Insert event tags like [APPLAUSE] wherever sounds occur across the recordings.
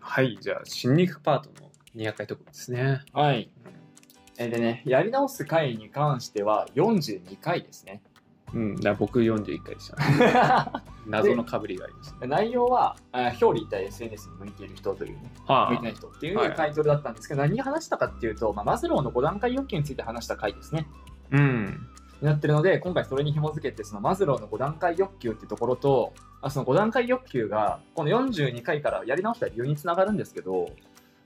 はい、じゃあ、新肉パートの200回とこですね。はい。えでね、やり直す回に関しては42回です [LAUGHS] ね。うん、だから僕41回でした、ね。謎のかぶりがありました、ね。内容は、あ表裏一体 SNS に向いている人というね、は向いてない人っていはいうタイトルだったんですけど、何話したかっていうと、まあ、マズローの5段階要求について話した回ですね。うん。になってるので、今回それに紐づけて、そのマズローの5段階欲求ってところと、あその5段階欲求が、この42回からやり直した理由につながるんですけど、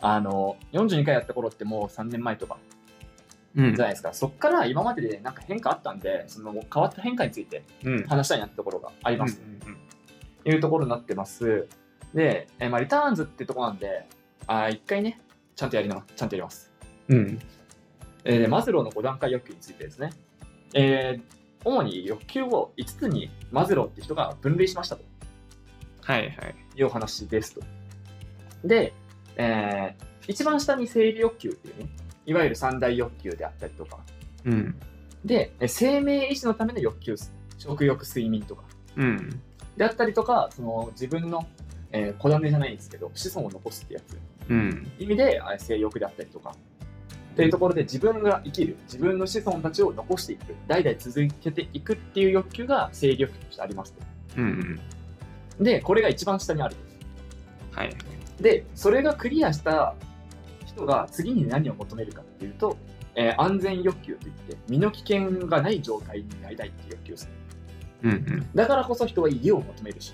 あの、42回やった頃ってもう3年前とかうんじゃないですか、そこから今まででなんか変化あったんで、その変わった変化についてうん。話したいなってところがあります、うんうんいうところになってます。で、えーまあ、リターンズってとこなんで、あー一回ね、ちゃんとやりな、ちゃんとやります。うん。うんえーでマズローの5段階欲求についてですね、えー主に欲求を5つにマズローって人が分類しましたとはいはい。いうお話ですと。で、えー一番下に生理欲求っていうね、いわゆる三大欲求であったりとか、うん。で、え生命維持のための欲求、食欲、睡眠とか、うん。であったりとか、その自分の、えー、子種じゃないんですけど、子孫を残すってやつ、うん。意味であ性欲であったりとか、っていうところで自分が生きる、自分の子孫たちを残していく、代々続けていくっていう欲求が生理欲求としてありますと。うん。で、これが一番下にある。はい。で、それがクリアした人が次に何を求めるかっていうと、えー安全欲求といって、身の危険がない状態になりたいっていう欲求ですね。うんうん。だからこそ人は家を求めるし、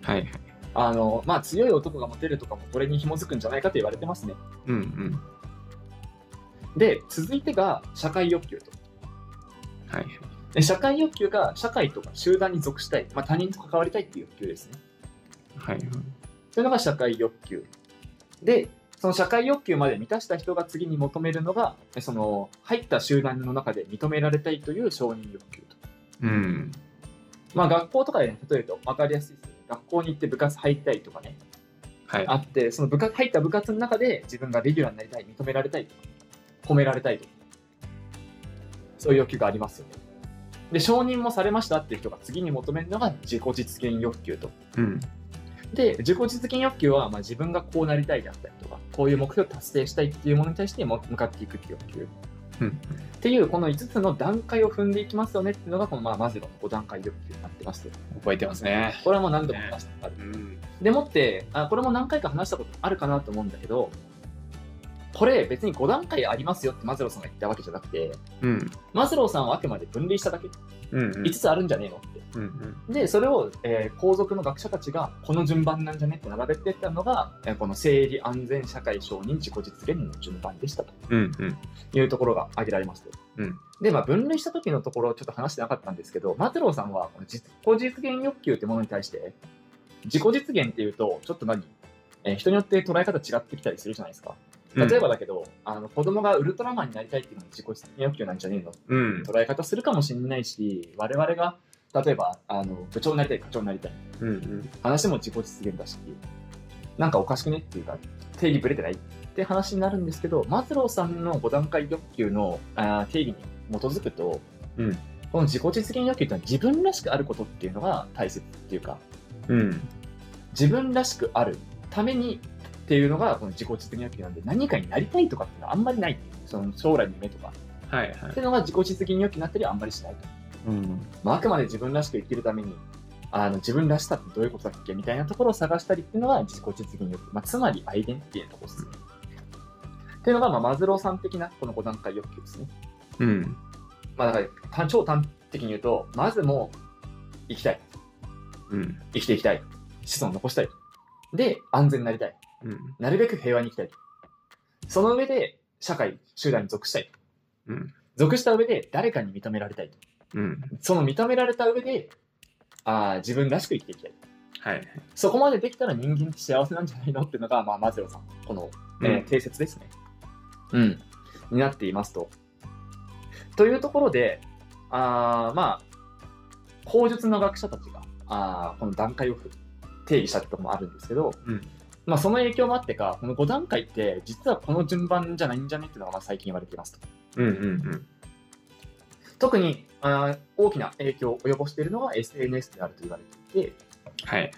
はいはい。あのまあ、強い男がモテるとかもこれに紐づくんじゃないかと言われてますね。うんうん。で、続いてが社会欲求と。はいはい。で社会欲求が社会とか集団に属したい、まあ、他人と関わりたいっていう欲求ですね。はいはい。というのが社会欲求。で、その社会欲求まで満たした人が次に求めるのが、その入った集団の中で認められたいという承認欲求と。うん。まあ、学校とかで、ね、例えると分かりやすいですよね。学校に行って部活入ったりとかね、はい。あって、その部活入った部活の中で自分がレギュラーになりたい、認められたいとか、褒められたいとか、そういう欲求がありますよね。で、承認もされましたっていう人が次に求めるのが自己実現欲求と。うん。で、自己実現欲求は、まあ、自分がこうなりたいであったりとか、こういう目標を達成したいっていうものに対しても向かっていくっていう欲求。うん。っていう、この5つの段階を踏んでいきますよねっていうのが、この、まあ、マズローの5段階欲求になってますと。覚えてますね。これはもう何度も話したことある。うん。でもってあ、これも何回か話したことあるかなと思うんだけど、これ別に5段階ありますよってマズローさんが言ったわけじゃなくて、うん。マズローさんはあくまで分類しただけ、うん。 5つあるんじゃねえのって。うんうん。で、それを、えー皇族の学者たちが、この順番なんじゃねって並べていったのが、えーこの生理安全社会承認自己実現の順番でしたとうんうん。いうところが挙げられますと。うんで、まあ、分類した時のところをちょっと話してなかったんですけど、マズローさんは、この自己実現欲求ってものに対して、自己実現っていうと、ちょっと何、えー人によって捉え方違ってきたりするじゃないですか。うん例えば、だけど、あの子供がウルトラマンになりたいっていうのも自己実現欲求なんじゃねえのうん。捉え方するかもしれないし、我々が、例えば、あの部長になりたい、課長になりたい。うんうん。話も自己実現だし、なんかおかしくねっていうか、定義ぶれてないって話になるんですけど、マズローさんの5段階欲求のあー定義に基づくと、うんこの自己実現欲求っていうのは自分らしくあることっていうのが大切っていうか、うん。自分らしくあるためにっていうのがこの自己実現欲求なんで、何かになりたいとかっていうのはあんまりない。その将来の夢とかっはいはいて。いうのが自己実現欲求になったりはあんまりしないと。うん。まあ、あくまで自分らしく生きるためにあの自分らしさってどういうことだっけみたいなところを探したりっていうのが自己実現欲、まあ、つまりアイデンティティのところですね。っていうのが、まあ、マズローさん的なこの5段階欲求ですね。うん。まあ、だからた超端的に言うとまずもう生きたいうん。生きていきたい子孫を残したいで安全になりたいうん。なるべく平和に生きたいその上で社会集団に属したいうん。属した上で誰かに認められたいうん。その認められた上であー自分らしく生きていきたいはいはい。そこまでできたら人間って幸せなんじゃないのっていうのが、まあ、マズローさん、この、えー定説ですね。うん。になっていますと。というところで、あーまあ、口述の学者たちが、あーこの段階を定義したってところもあるんですけど、うんまあ、その影響もあってか、この5段階って、実はこの順番じゃないんじゃねっていうのがまあ最近言われていますと。うんうん特にあー大きな影響を及ぼしているのが SNS であると言われていて、うん。はい。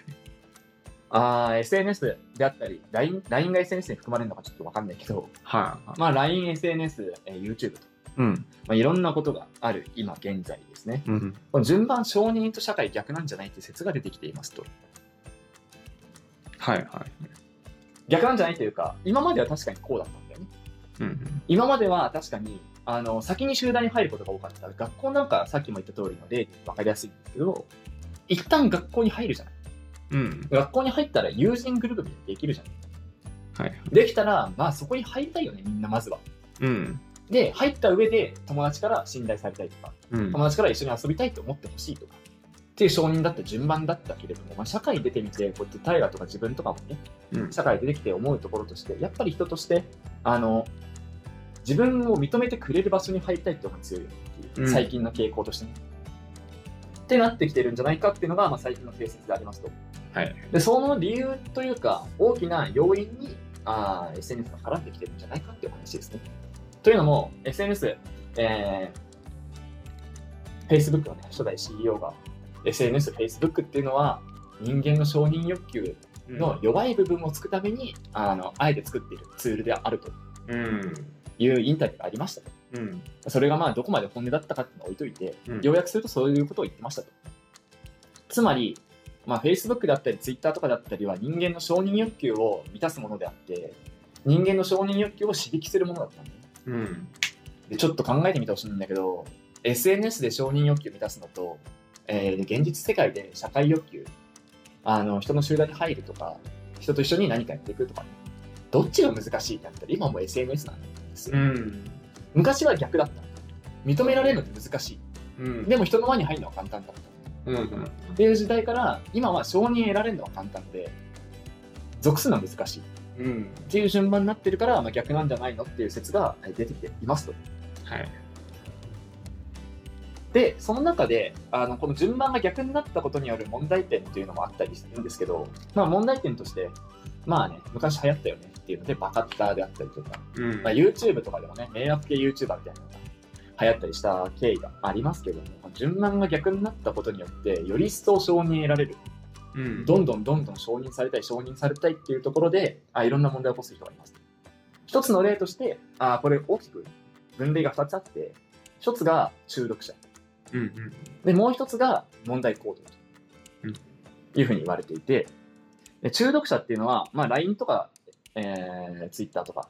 ああー SNS であったり LINE, LINE が SNS に含まれるのかちょっとわかんないけど、はい。まあ、LINE、SNS、えー YouTube と、うん。まあ、いろんなことがある今現在ですねうん。この順番承認と社会逆なんじゃないっていう説が出てきていますとはいはい。逆なんじゃないというか今までは確かにこうだったんだよねうん。今までは確かにあの先に集団に入ることが多かった学校なんかさっきも言った通りの例で分かりやすいんですけど一旦学校に入るじゃないうん。学校に入ったら友人グループみたいにできるじゃないはい。できたらまあそこに入りたいよねみんなまずはうん。で入った上で友達から信頼されたいとかうん。友達から一緒に遊びたいと思ってほしいとかっていう承認だった順番だったけれども、まあ、社会に出てみてこうやって大河とか自分とかもねうん。社会に出てきて思うところとしてやっぱり人としてあの自分を認めてくれる場所に入りたいって思いが強いよねっていううん最近の傾向としてね、ってなってきてるんじゃないかっていうのが、まあ、最近の定説でありますとはい。でその理由というか大きな要因にあー SNS が絡んできてるんじゃないかっていうお話ですね。というのも SNS、えー Facebook の、ね、初代 CEO が SNS、Facebook っていうのは人間の承認欲求の弱い部分をつくために、あのあえて作っているツールであるとうん。いうインタビューがありましたとうん。それがまあどこまで本音だったかっていうのは置いといて、うん要約するとそういうことを言ってましたと。つまり、まあ、Facebook だったり Twitter とかだったりは人間の承認欲求を満たすものであって人間の承認欲求を刺激するものだったんだようん。でちょっと考えてみてほしいんだけど SNS で承認欲求を満たすのと、えー現実世界で社会欲求あの人の集団に入るとか人と一緒に何かやっていくとか、ね、どっちが難しいってなったら今もう SNS なんですよ、ん。昔は逆だった認められるのって難しいうん。でも人の輪に入るのは簡単だったうん。っていう時代から今は承認得られるのは簡単で属するのは難しいっうん。ていう順番になってるから、まあ、逆なんじゃないのっていう説がえ出てきていますと。はい。でその中であのこの順番が逆になったことによる問題点っていうのもあったりするんですけど、まあ、問題点としてまあね昔流行ったよねっていうのでバカッターであったりとか、うんまあ、YouTube とかでもね迷惑系 YouTuber みたいなのが流行ったりした経緯がありますけども順番が逆になったことによってより一層承認得られるうん。どんどんどんどん承認されたい承認されたいっていうところであいろんな問題を起こす人がいます一つの例としてあこれ大きく分類が2つあって一つが中毒者うん。でもう一つが問題行動うんというふうに言われていてで中毒者っていうのは、まあ、LINE とか、えー、Twitter とか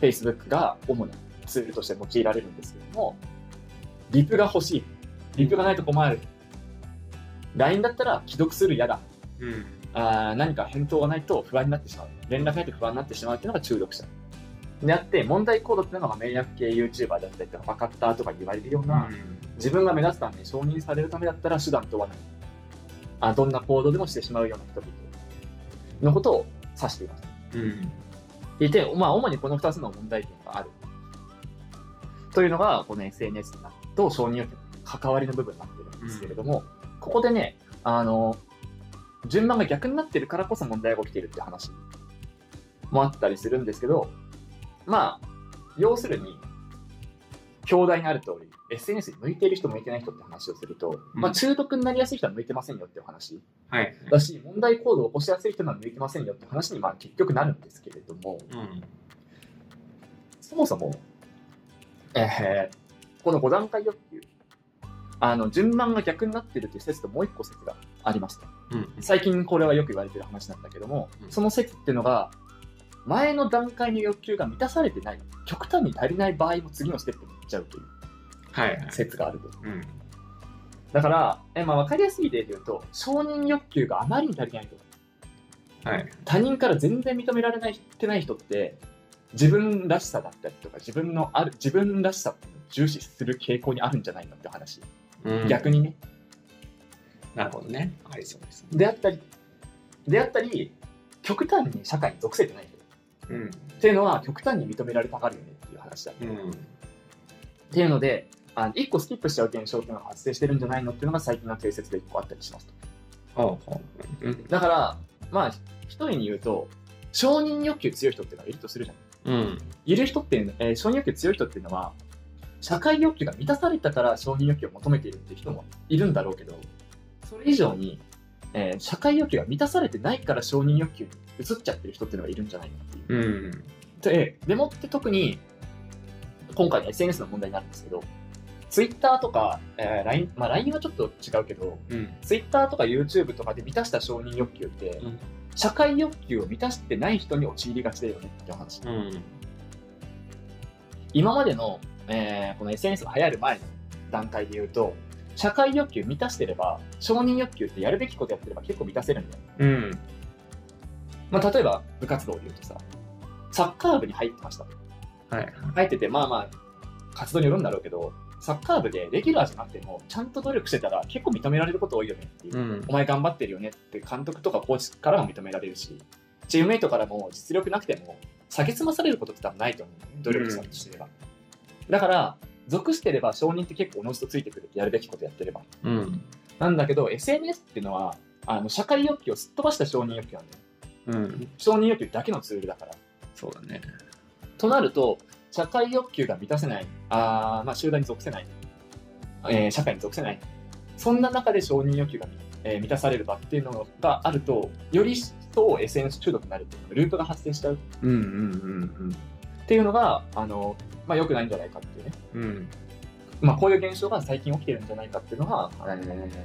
Facebook が主なツールとして用いられるんですけどもリプが欲しいリプがないと困る LINE だったら既読する嫌だうん。あー何か返答がないと不安になってしまう連絡ないと不安になってしまうっていうのが中毒者であって問題行動っていうのが迷惑系 YouTuber だったりとかバカッターとか言われるような、自分が目立つため承認されるためだったら手段問わないあどんな行動でもしてしまうような人々のことを指していますうん。でいて、まあ、主にこの2つの問題点があるというのがこの SNS と承認欲求の関わりの部分になってるんですけれども、ここでねあの順番が逆になってるからこそ問題が起きてるって話もあったりするんですけどまあ要するに表題にある通り SNS に向いてる人向いてない人って話をすると、まうあ、ん中毒になりやすい人は向いてませんよっていう話、はい。だし問題行動を起こしやすい人には向いてませんよって話にまあ結局なるんですけれどもうん。そもそも、えーこの5段階欲求あの順番が逆になってるという説ともう一個説がありましたうん。最近これはよく言われてる話なんだけどもうんその説っていうのが前の段階の欲求が満たされてない極端に足りない場合も次のステップに行っちゃうというはい。説があるとうん。だから、えまあ、分かりやすい例で言うと承認欲求があまりに足りないとはい。他人から全然認められないってない人って自分らしさだったりとか自分のある自分らしさを重視する傾向にあるんじゃないのって話、うん逆にねなるほどね。ありそうですね。であったりであったり極端に社会に属せてない人っうん。ていうのは極端に認められたがるよねっていう話だ、うっん。ていうのであの1個スキップしちゃう現象っていうのが発生してるんじゃないのっていうのが最近の定説で1個あったりしますとほうほう。うん。だからまあ一人に言うと承認欲求強い人っていうのがいるとするじゃんうん。いる人っていうの、えー承認欲求強い人っていうのは、社会欲求が満たされたから承認欲求を求めているっていう人もいるんだろうけど、それ以上に、えー社会要求が満たされてないから承認欲求に移っちゃってる人っていうのがいるんじゃないかっていう。うん。で、でもって特に、今回の SNS の問題になるんですけど、Twitter とか、えー LINE、まあ LINE はちょっと違うけど、うん。 Twitter とか YouTube とかで満たした承認欲求って、うん社会欲求を満たしてない人に陥りがちだよねってお話。うん。今までの、えーこの SNS が流行る前の段階で言うと、社会欲求満たしてれば、承認欲求ってやるべきことやってれば結構満たせるんだよ。うん。まあ、例えば部活動で言うとさ、サッカー部に入ってました。はい。入ってて、まあまあ、活動によるんだろうけど、サッカー部でレギュラーじゃなくても、ちゃんと努力してたら結構認められること多いよねっていう。うんお。前頑張ってるよねって監督とかコーチからも認められるし、チームメイトからも実力なくても、下げ済まされることって多分ないと思う、ね、努力さえしてれば。だから、属してれば承認って結構おのずとついてくる。やるべきことやってれば。うん。なんだけど、SNS っていうのは、あの社会欲求をすっ飛ばした承認欲求なんだよ。うん。承認欲求だけのツールだから。そうだね。となると、社会欲求が満たせない、あーまあ、集団に属せない、えー社会に属せない、そんな中で承認欲求が、えー満たされる場っていうのがあると、より一層 SNS 中毒になるっていうかループが発生しちゃうっうんうんていうのが、あのまあ、良くないんじゃないかっていうね、うんうん。うん。まあ、こういう現象が最近起きてるんじゃないかっていうのが、えー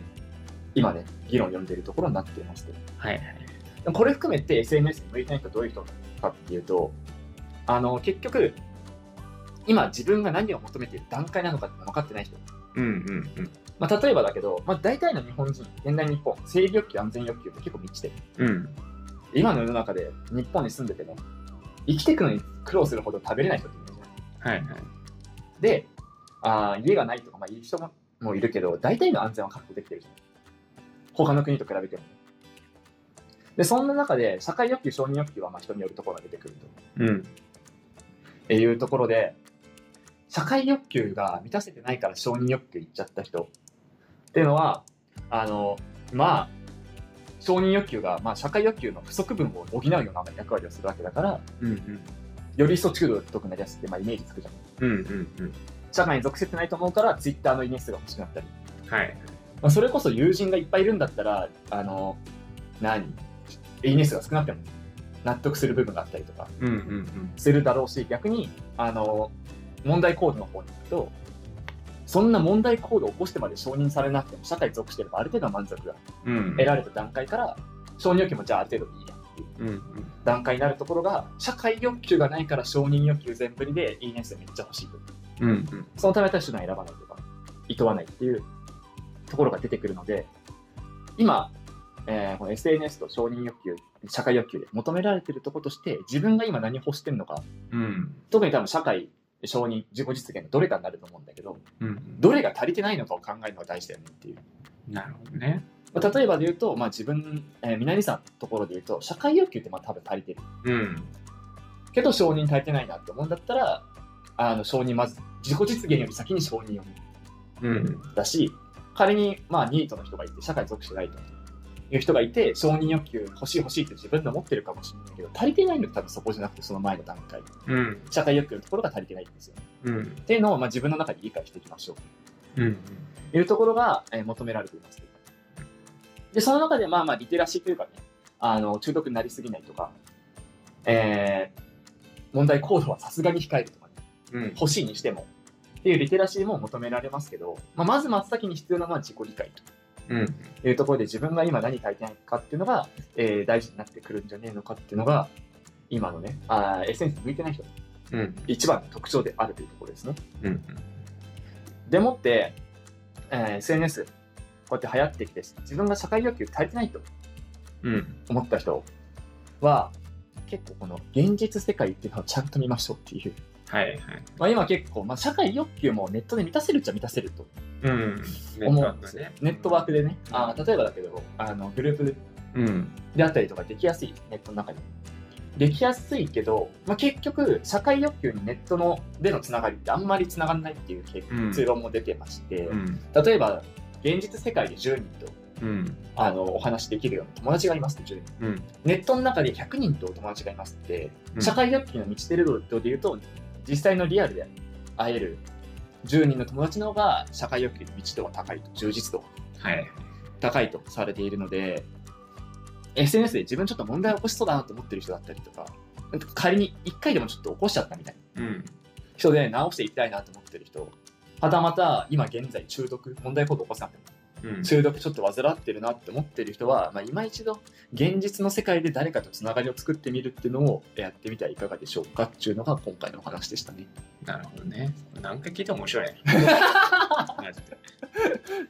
今ね、議論を呼んでいるところになっていますけど。はいはい。でもこれ含めて SNS に向いてない人はどういう人かっていうとあの結局今自分が何を求めている段階なのかって分かってない人、うんうんうん。まあ、例えばだけど、まあ、大体の日本人現代日本生理欲求安全欲求って結構満ちてるうん。今の世の中で日本に住んでてね生きていくのに苦労するほど食べれない人っているじゃんはいはい。であー家がないとか、まあ、いい人ももいるけど大体の安全は確保できてるじゃん他の国と比べてもねでそんな中で社会欲求承認欲求はまあ人によるところが出てくるうとん。っていうところで社会欲求が満たせてないから承認欲求いっちゃった人っていうのはあのまあ承認欲求が、まあ、社会欲求の不足分を補うような役割をするわけだからうんうん。より一層中毒になりやすくて、まあ、イメージつくじゃんうんうん社会に属せてないと思うからツイッターのイメージが欲しくなったり、うん。はい。まあ、それこそ友人がいっぱいいるんだったらあの何イネスが少なくても納得する部分があったりとかうんうんするだろうし逆にあの問題行動の方に行くとそんな問題行動を起こしてまで承認されなくても社会に属してればある程度の満足がうん。うん。得られた段階から承認欲求もじゃあある程度いいやっていううんうん。段階になるところが社会欲求がないから承認欲求全振りでいいね数めっちゃ欲しいとうんうん。そのため私手段を選ばないとか厭わないっていうところが出てくるので今、えーこの SNS と承認欲求社会欲求で求められてるところとして自分が今何欲してるのかうん。特に多分社会承認自己実現のどれかになると思うんだけどうん。どれが足りてないのかを考えるのが大事だよねっていう、なるほどね。まあ、例えばで言うと、まあ、自分、えー、南さんのところで言うと社会欲求ってまあ多分足りてるうん。けど承認足りてないなって思うんだったらあの承認まず自己実現より先に承認をうん。だし仮にまあニートの人がいて社会に属してないという人がいて承認欲求欲しい欲しいって自分で思ってるかもしれないけど足りてないのって多分そこじゃなくてその前の段階うん。社会欲求のところが足りてないんですよねうん。っていうのをまあ自分の中で理解していきましょううん。というところが、えー求められています。で、その中で、まあまあ、リテラシーというかね、あの中毒になりすぎないとか、えー問題行動はさすがに控えるとか、ね、うん。欲しいにしても、っていうリテラシーも求められますけど、まあ、まず真っ先に必要なのは自己理解うん。というところで、自分が今何書いてないかっていうのが、えー大事になってくるんじゃねえのかっていうのが、今のね、あーエッセンス向いてない人のうん。一番の特徴であるというところですね。うん。でもって、えー SNS、こうやって流行ってきて、自分が社会欲求足りてないとうん。思った人は、結構この現実世界っていうのをちゃんと見ましょうっていう。はいはい。まあ、今結構、まあ、社会欲求もネットで満たせるっちゃ満たせるとうん。思うんですよ。ネットワークでね、うんあー例えばだけど、あのグループうん。であったりとかできやすい、ネットの中に。できやすいけど、まあ、結局、社会欲求にネットのでのつながりってあんまりつながらないっていう結うん論も出てまして、うん。例えば、現実世界で10人とうん。あのお話できるような友達がいますって10人うん。ネットの中で100人とお友達がいますって、うん社会学級の満ちてる度で言うと実際のリアルで会える10人の友達の方が社会欲求の満ち度が高いと充実度がはい。高いとされているので SNS で自分ちょっと問題を起こしそうだなと思ってる人だったりとか、仮に1回でもちょっと起こしちゃったみたいなうん。人で直していきたいなと思ってる人、はたまた今現在中毒、問題行動起こさなくてもうん。中毒ちょっと患ってるなって思ってる人は、まあ、今一度現実の世界で誰かとつながりを作ってみるっていうのをやってみてはいかがでしょうかっていうのが今回のお話でしたね。なるほどね。何回聞いても面白 [LAUGHS] いね。マジで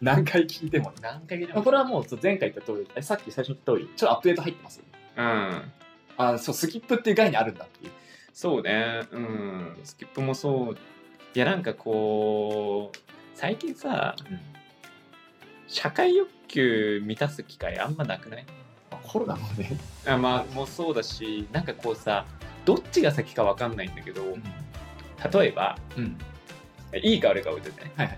何回聞いてもね。何回聞いてまあもこれはもうそう前回言った通り、えさっき最初に言った通り、ちょっとアップデート入ってますよね。うん。あそう、スキップっていう概念あるんだっていう。そうね。うん。スキップもそう。いや、なんかこう、最近さ、社会欲求満たす機会あんまなくないまあコロナもね。あまあ、もうそうだし、なんかこうさ、どっちが先かわかんないんだけど、例えば、うん。いいか悪いか置いといてね、はいはい。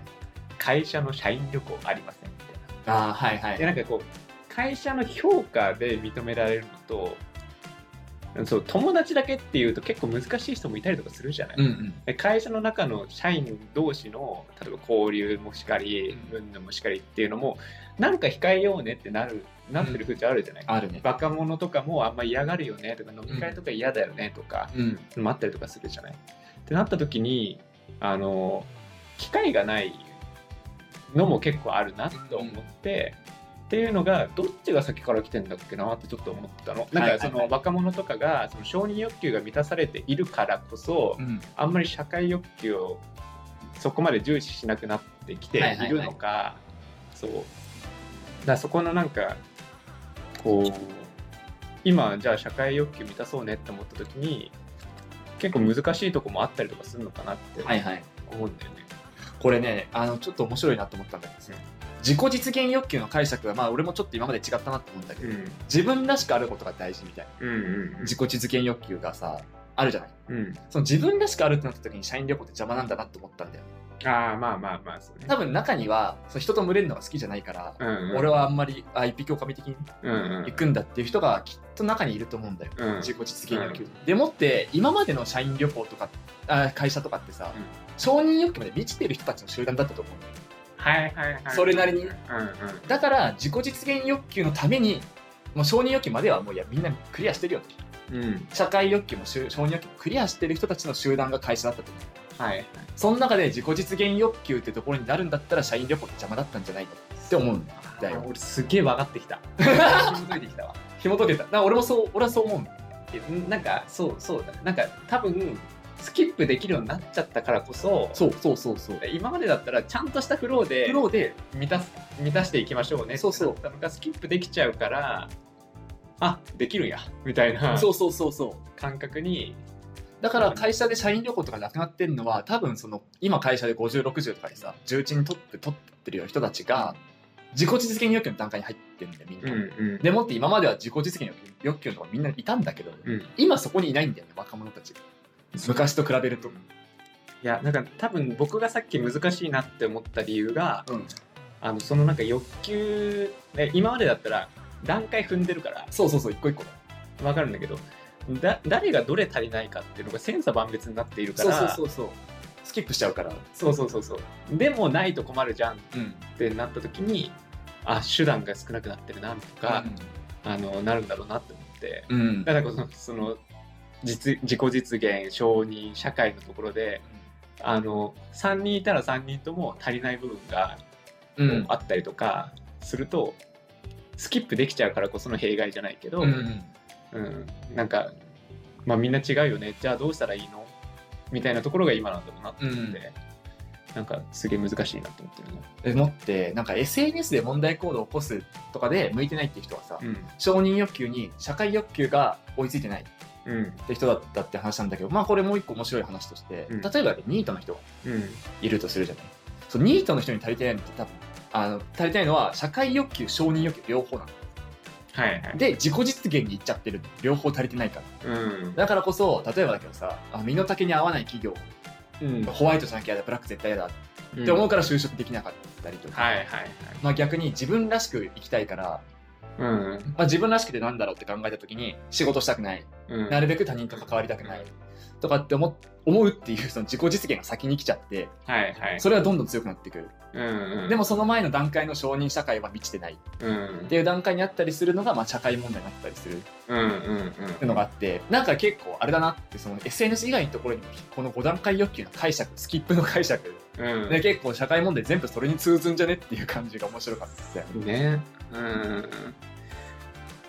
会社の社員旅行ありませんみたいな。ああ、はいはいでなんかこう会社の評価で認められるのとそう友達だけっていうと結構難しい人もいたりとかするじゃない、うんうん。で会社の中の社員同士の例えば交流もしかりうん運動もしかりっていうのもなんか控えようねってなるなってる風潮あるじゃない、あるね。バカ者とかもあんま嫌がるよねとか飲み会とか嫌だよねとか、うん。もあったりとかするじゃないってなった時にあの機会がないのも結構あるなと思って、っていうのがどっちが先から来てんだっけなってちょっと思ったのなはいはんいかそはのい若者とかがその承認欲求が満たされているからこそうん。あんまり社会欲求をそこまで重視しなくなってきているのか、そうだからそこのなんかこう今じゃあ社会欲求満たそうねって思った時に結構難しいとこもあったりとかするのかなってはいはい。思うんだよね。これねあのちょっと面白いなと思ったんだけどね自己実現欲求の解釈はまあ俺もちょっと今まで違ったなと思うんだけど、うん自分らしくあることが大事みたいなうんうん自己実現欲求がさあるじゃないうん、その自分らしくあるってなった時に社員旅行って邪魔なんだなって思ったんだよああまあまあまあそうね多分中にはその人と群れるのが好きじゃないから、うんうん俺はあんまりあ一匹狼的にうんうん行くんだっていう人がきっと中にいると思うんだよ、うん自己実現欲求、でもって今までの社員旅行とかあ会社とかってさ、うん承認欲求まで満ちてる人たちの集団だったと思うんだよはいはいはいそれなりうにんうんだから自己実現欲求のためにもう承認欲求まではもういやみんなクリアしてるよとうん社会欲求もしゅ承認欲求もクリアしてる人たちの集団が会社だったと思うはいその中で自己実現欲求ってところになるんだったら社員旅行って邪魔だったんじゃないかって思うんだだよあー俺すげえ分かってきた [LAUGHS] 紐解いてきたわ紐解けただから俺もそう俺はそう思うんだいやなんかそうそうだねなんか多分スキップできるようになっちゃったからこそそうそうそうそう今までだったらちゃんとしたフローでプロで満たす満たしていきましょうねそうそうってなったのがスキップできちゃうからあできるんやみたいなそうそうそうそう感覚にだから会社で社員旅行とかなくなってんのは多分その今会社で5060とかでさ重鎮取って取ってるような人たちが自己実現欲求の段階に入ってるんだよみんな、うんでもって今までは自己実現欲求のとかみんないたんだけど、うん今そこにいないんだよね若者たち昔と比べると、いやなんか多分僕がさっき難しいなって思った理由があのそのなんか欲求ね今までだったら段階踏んでるからそうそうそう一個一個だわかるんだけどだ誰がどれ足りないかっていうのが千差万別になっているからうそうスキップしちゃうからそうそうそうそうでもないと困るじゃんっうんてなった時にあ手段が少なくなってるなとか、あのなるんだろうなって思ってうんだからこそその実自己実現承認社会のところであの3人いたら3人とも足りない部分がうこうんあったりとかすると、スキップできちゃうからこその弊害じゃないけど、うんうんなんか、まあ、みんな違うよねじゃあどうしたらいいのみたいなところが今なんだろうなって思って、うなんかすげえ難しいなと思ってるね。えもってなんか SNS で問題行動を起こすとかで向いてないっていう人はさ、うん承認欲求に社会欲求が追いついてないうんって人だったって話なんだけどまあこれもう一個面白い話として、うん例えばニートの人うんいるとするじゃないそうニートの人に足りてないのって多分あの足りてないのは社会欲求承認欲求両方なのはいはい。で自己実現に行っちゃってる両方足りてないからうんだからこそ例えばだけどさあ身の丈に合わない企業うんホワイトじゃなきゃ嫌だブラック絶対嫌だっうんて思うから就職できなかったりとか、はいはいはい。まあ、逆に自分らしく生きたいから、うんまあ、自分らしくてなんだろうって考えた時に仕事したくないうんなるべく他人と関わりたくないとかって思思うっていうその自己実現が先に来ちゃってはいはい。それはどんどん強くなってくる、うんうん、でも、その前の段階の承認社会は満ちてないっうんて、いう段階にあったりするのが、まあ、社会問題になったりするっうんうんうん。ていうのがあってなんか結構あれだなってその SNS 以外のところにもこの5段階欲求の解釈スキップの解釈うん、で結構社会問題全部それに通ずんじゃねっていう感じが面白かったですよねね。うん。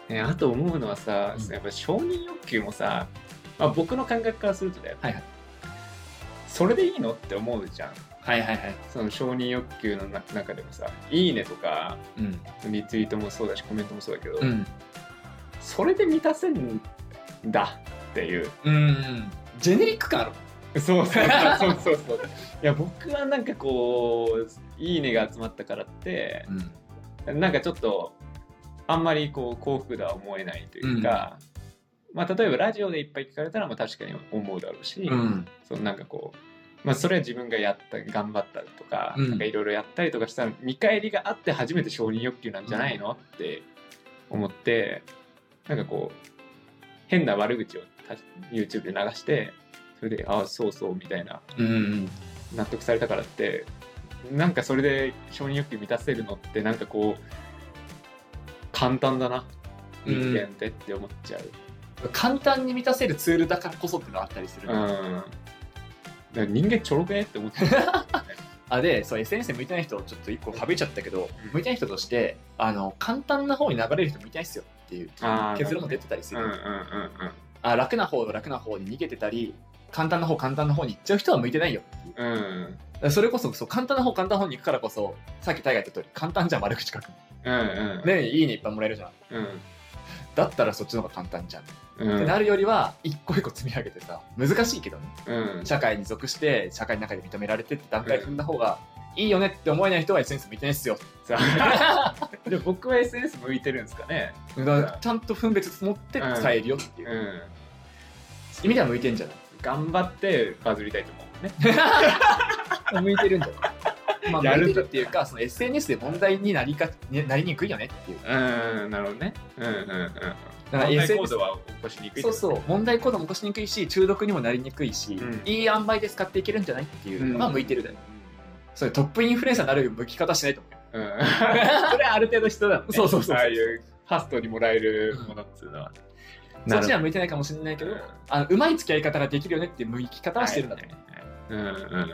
ね、あと思うのはさ、うんやっぱ承認欲求もさ、まあ、僕の感覚からするとだよ、はいはいそれでいいのって思うじゃん。はいはいはいその承認欲求のな中でもさ、いいねとか、うんリツイートもそうだし、コメントもそうだけど、うんそれで満たせんだっていう。うんジェネリック感あるそうそうそうそ [LAUGHS] うそうそう。いや、僕はなんかこう、いいねが集まったからって、うんなんかちょっとあんまりこう幸福度は思えないというか、まあ、例えばラジオでいっぱい聞かれたらまあ確かに思うだろうし、うんそのなんかこう、まあ、それは自分がやった頑張ったとかうんなんかいろいろやったりとかしたら見返りがあって初めて承認欲求なんじゃないのって思ってなんかこう変な悪口をた YouTube で流してそれで「ああそうそう」みたいなうん納得されたからってなんかそれで承認欲求満たせるのってなんかこう簡単だなうん人間ってって思っちゃう、簡単に満たせるツールだからこそっていうのがあったりする、うんだから人間ちょろくねって思っちゃあでそう SNS 向いてない人をちょっと一個省いちゃったけど、うん向いてない人としてあの簡単な方に流れる人向いてないっすよっていうあー結論も出てたりすううんる、うんうんあ楽な方の楽な方に逃げてたり簡単な方簡単な方に行っちゃう人は向いてないよっていううんうんだからそれこそそう簡単な方簡単な方に行くからこそさっき大河言った通り簡単じゃん悪口書くうんうんねいいねいっぱいもらえるじゃんうんだったらそっちの方が簡単じゃん、うんってなるよりは一個一個積み上げてさ難しいけどねうん社会に属して社会の中で認められてって段階踏んだ方がいいよねって思えない人は SNS 向いてないっすよさあ [LAUGHS] で僕は SNS 向いてるんですかねだからちゃんと分別持って使えるよっていうう、ん意味では向いてんじゃない頑張ってバズりたいと思うね [LAUGHS] 向いてるんじゃない、まあ、やる向んだいてるっていうかその SNS で問題になりかねなりにくいよねっていううんなるほどねうんうんうんうんだから問題 SNS 行動は起こしにくいってこそうとそう問題行動も起こしにくいし中毒にもなりにくいし、うんいい塩梅で使っていけるんじゃないっていうのが向いてるだよ、それトップインフルエンサーになる向き方しないと思うようん [LAUGHS] それはある程度人だもんねそうそうそうあそうあいうファストにもらえるものっていうのは、そっちには向いてないかもしれないけどあのうまい付き合い方ができるよねっていう向き方はしてるんだと思う、うんうんうんうん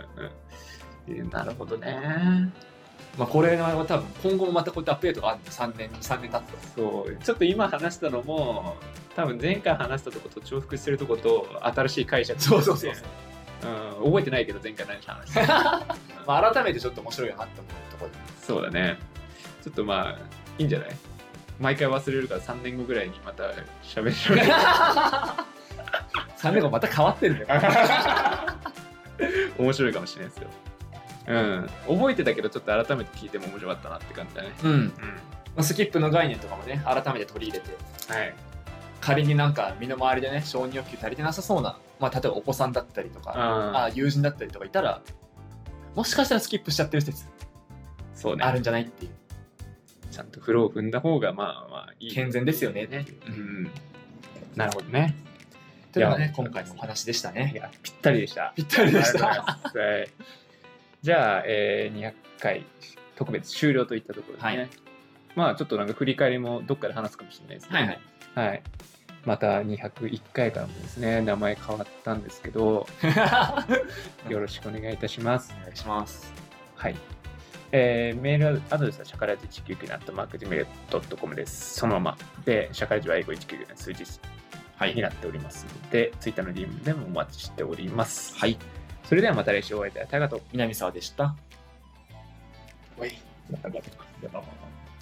なるほどねまあ、これは多分今後もまたこうやってアップデートがあるの3年3年経つとそうちょっと今話したのも多分前回話したとこと重複してるとこと新しい解釈そうそうそうそうん、覚えてないけど前回何話したうんまあ、改めてちょっと面白いなって思うところでそうだね [LAUGHS] ちょっとまあいいんじゃない毎回忘れるから3年後ぐらいにまた喋る3年後また変わってるんだよ面白いかもしれないですよ。うん、覚えてたけどちょっと改めて聞いても面白かったなって感じだね。うんうん、まあスキップの概念とかもね改めて取り入れてはい。仮になんか身の回りでね承認欲求足りてなさそうな、まあ、例えばお子さんだったりとかああ友人だったりとかいたらもしかしたらスキップしちゃってる説そうあね。るんじゃないっていうちゃんとフローを踏んだ方がまあまあいい。健全ですよねっていううん。なるほどね。というのがいねや今回のお話でしたいねや、ぴったりでした。ぴったりでしありがとうござたいます。はいじゃあ、えー200回特別終了といったところですね。はいまあちょっとなんか振り返りもどっかで話すかもしれないですね。いはい、また201回からもですね名前変わったんですけどよろしくお願いいたします。お願いしますはいえーメールアドレスはシャカラジ199のアットマークジメルドットコムです。そのままで、シャカラジは英語199の数字はになっておりますので、ツイッターの DM でもお待ちしております。はいそれではまた来週お会いいたい。タイガと。南沢でしたバイバイ